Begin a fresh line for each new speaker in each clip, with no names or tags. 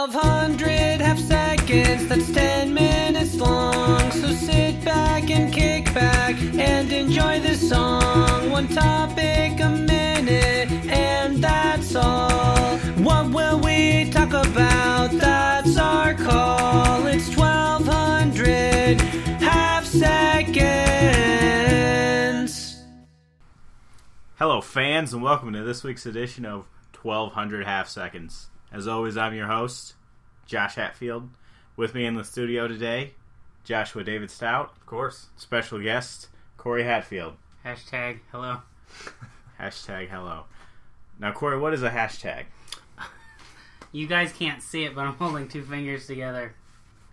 1200 half seconds, that's 10 minutes long. So sit back and kick back and enjoy this song. One topic a minute, and that's all. What will we talk about? That's our call. It's 1200 half seconds.
Hello, fans, and welcome to this week's edition of 1200 Half Seconds. As always, I'm your host, Josh Hatfield. With me in the studio today, Joshua David Stout,
Of course.
special guest, Corey Hatfield.
Hashtag hello.
Hashtag hello. Now, Corey, what is a hashtag?
You guys can't see it, but I'm holding two fingers together.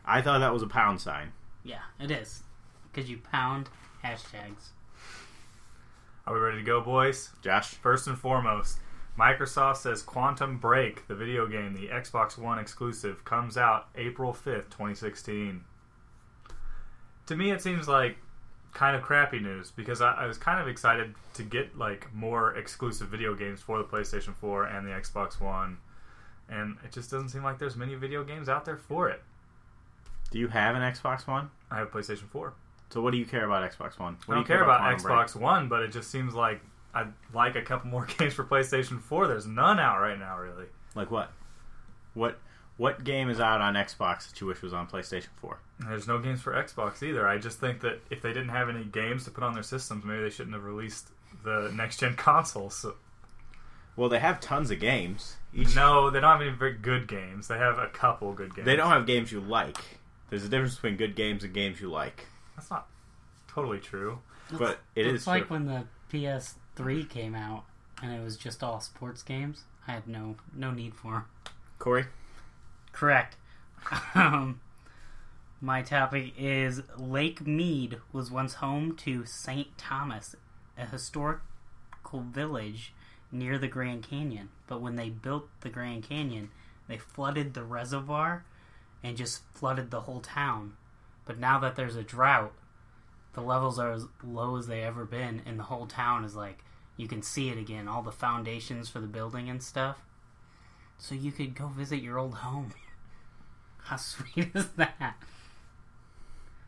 I thought that was a pound sign.
Yeah, it is. Because you pound hashtags.
Are we ready to go, boys?
Josh?
First and foremost, Microsoft says Quantum Break, the video game, the Xbox One exclusive, comes out April 5th, 2016. To me, it seems like kind of crappy news because I, I was kind of excited to get like more exclusive video games for the PlayStation 4 and the Xbox One, and it just doesn't seem like there's many video games out there for it.
Do you have an Xbox One?
I have PlayStation 4.
So, what do you care about Xbox One? What
I don't
do you
care about
Quantum Break?
Xbox One, but it just seems like I'd like a couple more games for PlayStation 4. There's none out right now, really.
Like what? What? What game is out on Xbox that you wish was on PlayStation 4?
And There's no games for Xbox either. I just think that if they didn't have any games to put on their systems, maybe they shouldn't have released the next gen consoles. So,
Well, they have tons of games. Each
no, they don't have any very good games. They have a couple good games.
They don't have games you like. There's a difference between good games and games you like.
That's not totally true.
But it
it's
is
like
true.
when the PS3 came out and it was just all sports games. I had no no need for 'em.
Corey,
Correct. Um, my topic is Lake Mead was once home to St. Thomas, a historical village near the Grand Canyon. But when they built the Grand Canyon, they flooded the reservoir and just flooded the whole town. But now that there's a drought, the levels are as low as they ever been, and the whole town is like you can see it again, all the foundations for the building and stuff. So you could go visit your old home. How sweet is that?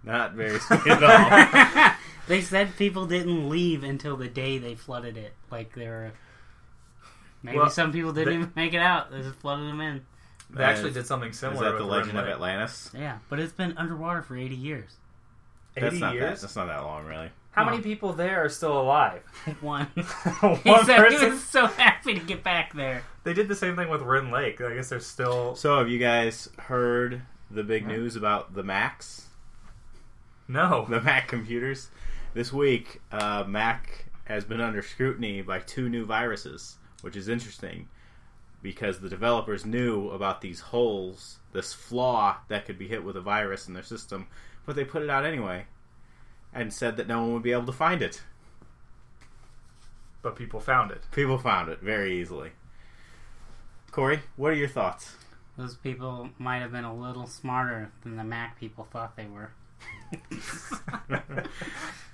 not very sweet at all.
They said people didn't leave until the day they flooded it. Like they were. Maybe
Well,
some people didn't
they-
even make it out. They just flooded them in.
They
That
actually
is-
did something
Is
similar.
that
with
the Legend of
Runway.
Atlantis?
Yeah, but it's been underwater for 80 years.
That's
80
not that.
years?
That's not that long, really.
How
No.
many people there are still alive?
One.
One
he said he
person.
was so happy to get back there.
They did the same thing with Rin Lake. I guess there's still
So, have you guys heard the big news about the Macs,
no.
the Mac computers? This week, uh, Mac has been under scrutiny by two new viruses, which is interesting because the developers knew about these holes, this flaw that could be hit with a virus in their system, but they put it out anyway and said that no one would be able to find it.
But people found it.
People found it very easily. Corey, what are your thoughts?
Those people might have been a little smarter than the Mac people thought they were.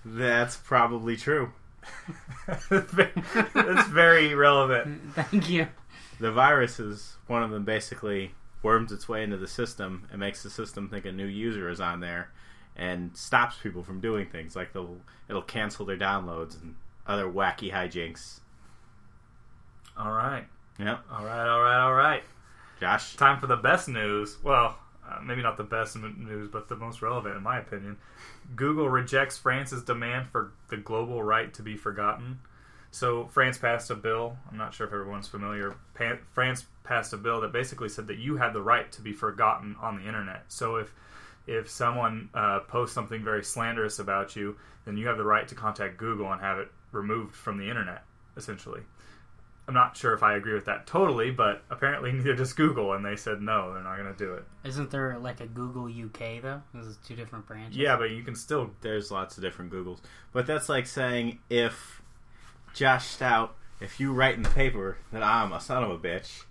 That's probably true.
That's very relevant.
Thank you.
The virus is one of them basically worms its way into the system and makes the system think a new user is on there and stops people from doing things like they'll it'll cancel their downloads and other wacky hijinks.
All right.
Yep.
All right, all right, all right.
Josh.
Time for the best news. Well, uh, maybe not the best m- news, but the most relevant, in my opinion. Google rejects France's demand for the global right to be forgotten. So, France passed a bill. I'm not sure if everyone's familiar. Pa- France passed a bill that basically said that you had the right to be forgotten on the internet. So, if if someone uh, posts something very slanderous about you, then you have the right to contact Google and have it removed from the internet, essentially. I'm not sure if I agree with that totally, but apparently neither does Google, and they said no, they're not going to do it.
Isn't there like a Google UK though? This is two different branches.
Yeah, but you can still.
There's lots of different Googles. But that's like saying if Josh Stout, if you write in the paper that I'm a son of a bitch,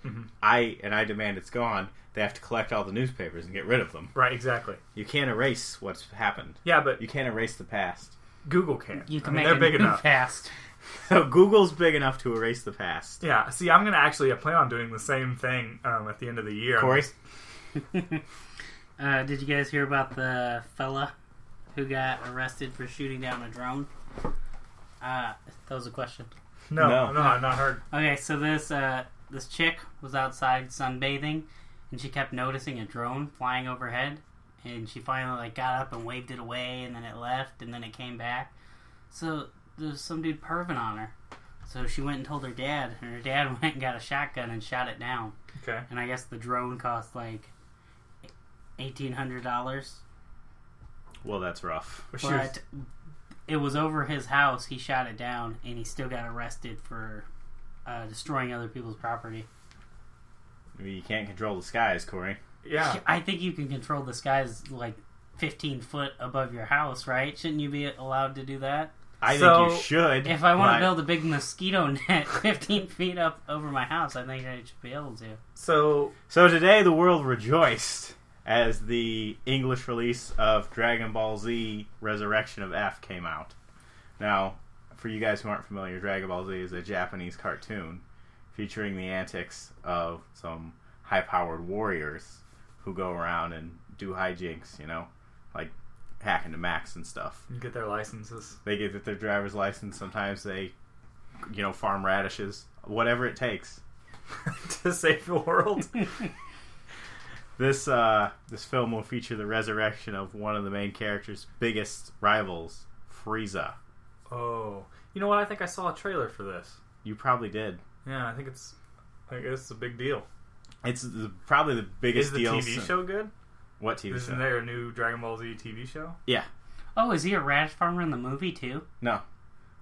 I and I demand it's gone, they have to collect all the newspapers and get rid of them.
Right, exactly.
You can't erase what's happened.
Yeah, but
You can't erase the past.
Google can.
You can
I mean,
make
they're
it
big enough.
fast.
So Google's big enough to erase the past.
Yeah, see, I'm gonna actually I plan on doing the same thing um, at the end of the year.
Corey,
Uh, did you guys hear about the fella who got arrested for shooting down a drone? Uh, that was a question.
No,
No.
no, I've not heard.
Okay, so this uh, this chick was outside sunbathing, and she kept noticing a drone flying overhead, and she finally like got up and waved it away, and then it left, and then it came back. So there's some dude perving on her. So she went and told her dad, and her dad went and got a shotgun and shot it down.
Okay,
And I guess the drone cost like eighteen hundred dollars.
well, that's rough.
Well, she was-
But it was over his house. He shot it down, and he still got arrested for uh, destroying other people's property.
I mean, you can't control the skies, Corey.
yeah,
I think you can control the skies like 15 foot above your house, right? Shouldn't you be allowed to do that?
I
So,
think you should.
If I
but-
want to build a big mosquito net 15 feet up over my house, I think I should be able to.
So
So today the world rejoiced as the English release of Dragon Ball Z Resurrection of F came out. Now, for you guys who aren't familiar, Dragon Ball Z is a Japanese cartoon featuring the antics of some high powered warriors who go around and do hijinks, you know, like hacking to max and stuff.
you get their licenses.
They get their driver's license, sometimes they, you know, farm radishes, whatever it takes.
to save the world.
This uh, this film will feature the resurrection of one of the main character's biggest rivals, Frieza.
oh, you know what? I think I saw a trailer for this.
You probably did.
Yeah, I think it's. I guess it's a big deal.
It's the, probably the biggest
Is the
deal.
TV
sin-
show good?
What TV
Isn't
show?
there a new Dragon Ball Z TV show?
Yeah.
Oh, is he a radish farmer in the movie too?
No.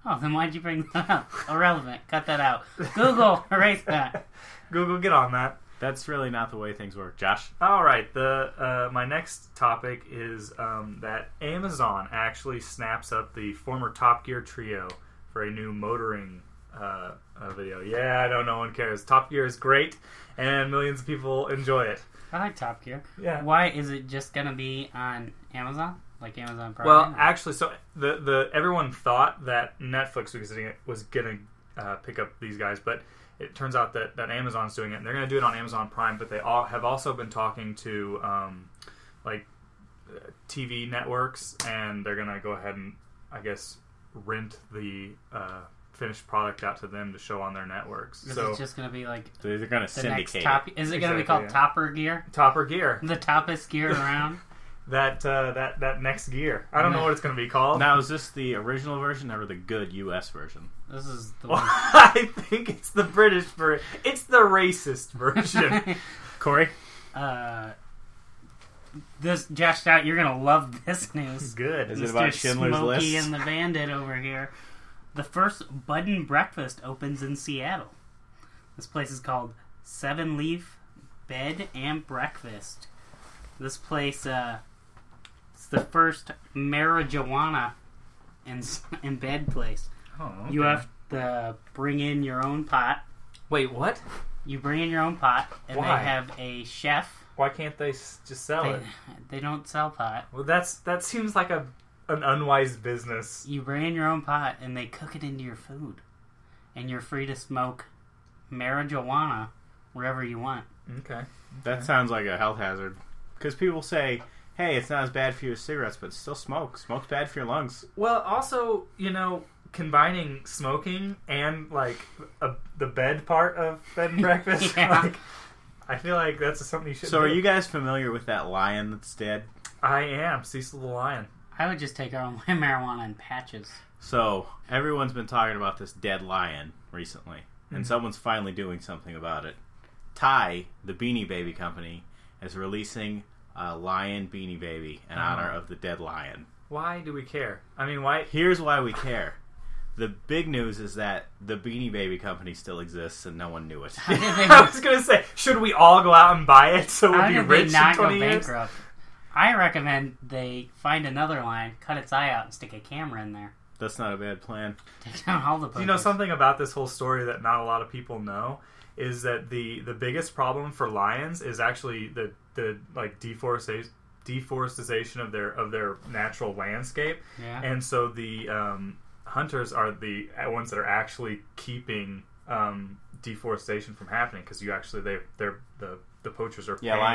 Oh, then why'd you bring that up? Irrelevant. Cut that out. Google, erase that.
Google, get on that.
That's really not the way things work, Josh.
All right. The uh, my next topic is um, that Amazon actually snaps up the former Top Gear trio for a new motoring uh, uh, video. Yeah, I know no one cares. Top Gear is great, and millions of people enjoy it.
I like Top Gear.
Yeah.
Why is it just gonna be on Amazon? Like Amazon Prime?
Well, actually, so the the everyone thought that Netflix was gonna, was gonna uh, pick up these guys, but it turns out that, that Amazon's doing it, and they're gonna do it on Amazon Prime. But they all have also been talking to um, like uh, TV networks, and they're gonna go ahead and I guess rent the uh, finished product out to them to show on their networks.
is
so
it just gonna be like
They're going to
the
syndicate.
next
it.
top? Is it gonna
Exactly,
be called
yeah.
Topper Gear?
Topper Gear,
The toppest gear around?
that uh, that that next gear. I don't know what it's gonna be called.
Now, is this the original version or the good U.S. version?
This is the
Well,
one.
I think it's the British version. It's the racist version.
Corey,
Uh, this Josh out. You're gonna love this news.
Good.
Is it about Schindler's
Smokey
List?
and the Bandit over here. The first Bud and Breakfast opens in Seattle. This place is called Seven Leaf Bed and Breakfast. This place, uh, it's the first marijuana and s- and bed place. You have to bring in your own pot.
Wait, what?
You bring in your own pot, and
Why?
they have a chef.
Why can't they s- just sell
They,
it?
they don't sell pot.
Well, that's that seems like a an unwise business.
You bring in your own pot and they cook it into your food. And you're free to smoke marijuana wherever you want.
Okay.
that sounds like a health hazard. Because people say, hey, it's not as bad for you as cigarettes, but still smoke. Smoke's bad for your lungs.
Well, also, you know, combining smoking and like a, the bed part of bed and breakfast.
Yeah.
like, I feel like that's something you should.
So,
do.
are you guys familiar with that lion that's dead?
I am Cecil the Lion.
I would just take our own marijuana in patches.
So everyone's been talking about this dead lion recently, and someone's finally doing something about it. Ty, the Beanie Baby company, is releasing a lion Beanie Baby in honor of the dead lion.
Why do we care? I mean, why?
Here's why we care. The big news is that the Beanie Baby company still exists and no one knew it.
How did they,
I was gonna say, should we all go out and bay it so we'll
how
be
did they
rich in
not go
twenty years?
bankrupt? I recommend they find another line, cut its eye out, and stick a camera in there.
That's not a bad plan.
Take down all the
You know
posters.
something about this whole story that not a lot of people know is that the the biggest problem for lions is actually the the like deforestation deforestation of their of their natural landscape,
Yeah.
and so the um, hunters are the ones that are actually keeping um, deforestation from happening because you actually they they're the the poachers are
Yeah,
paying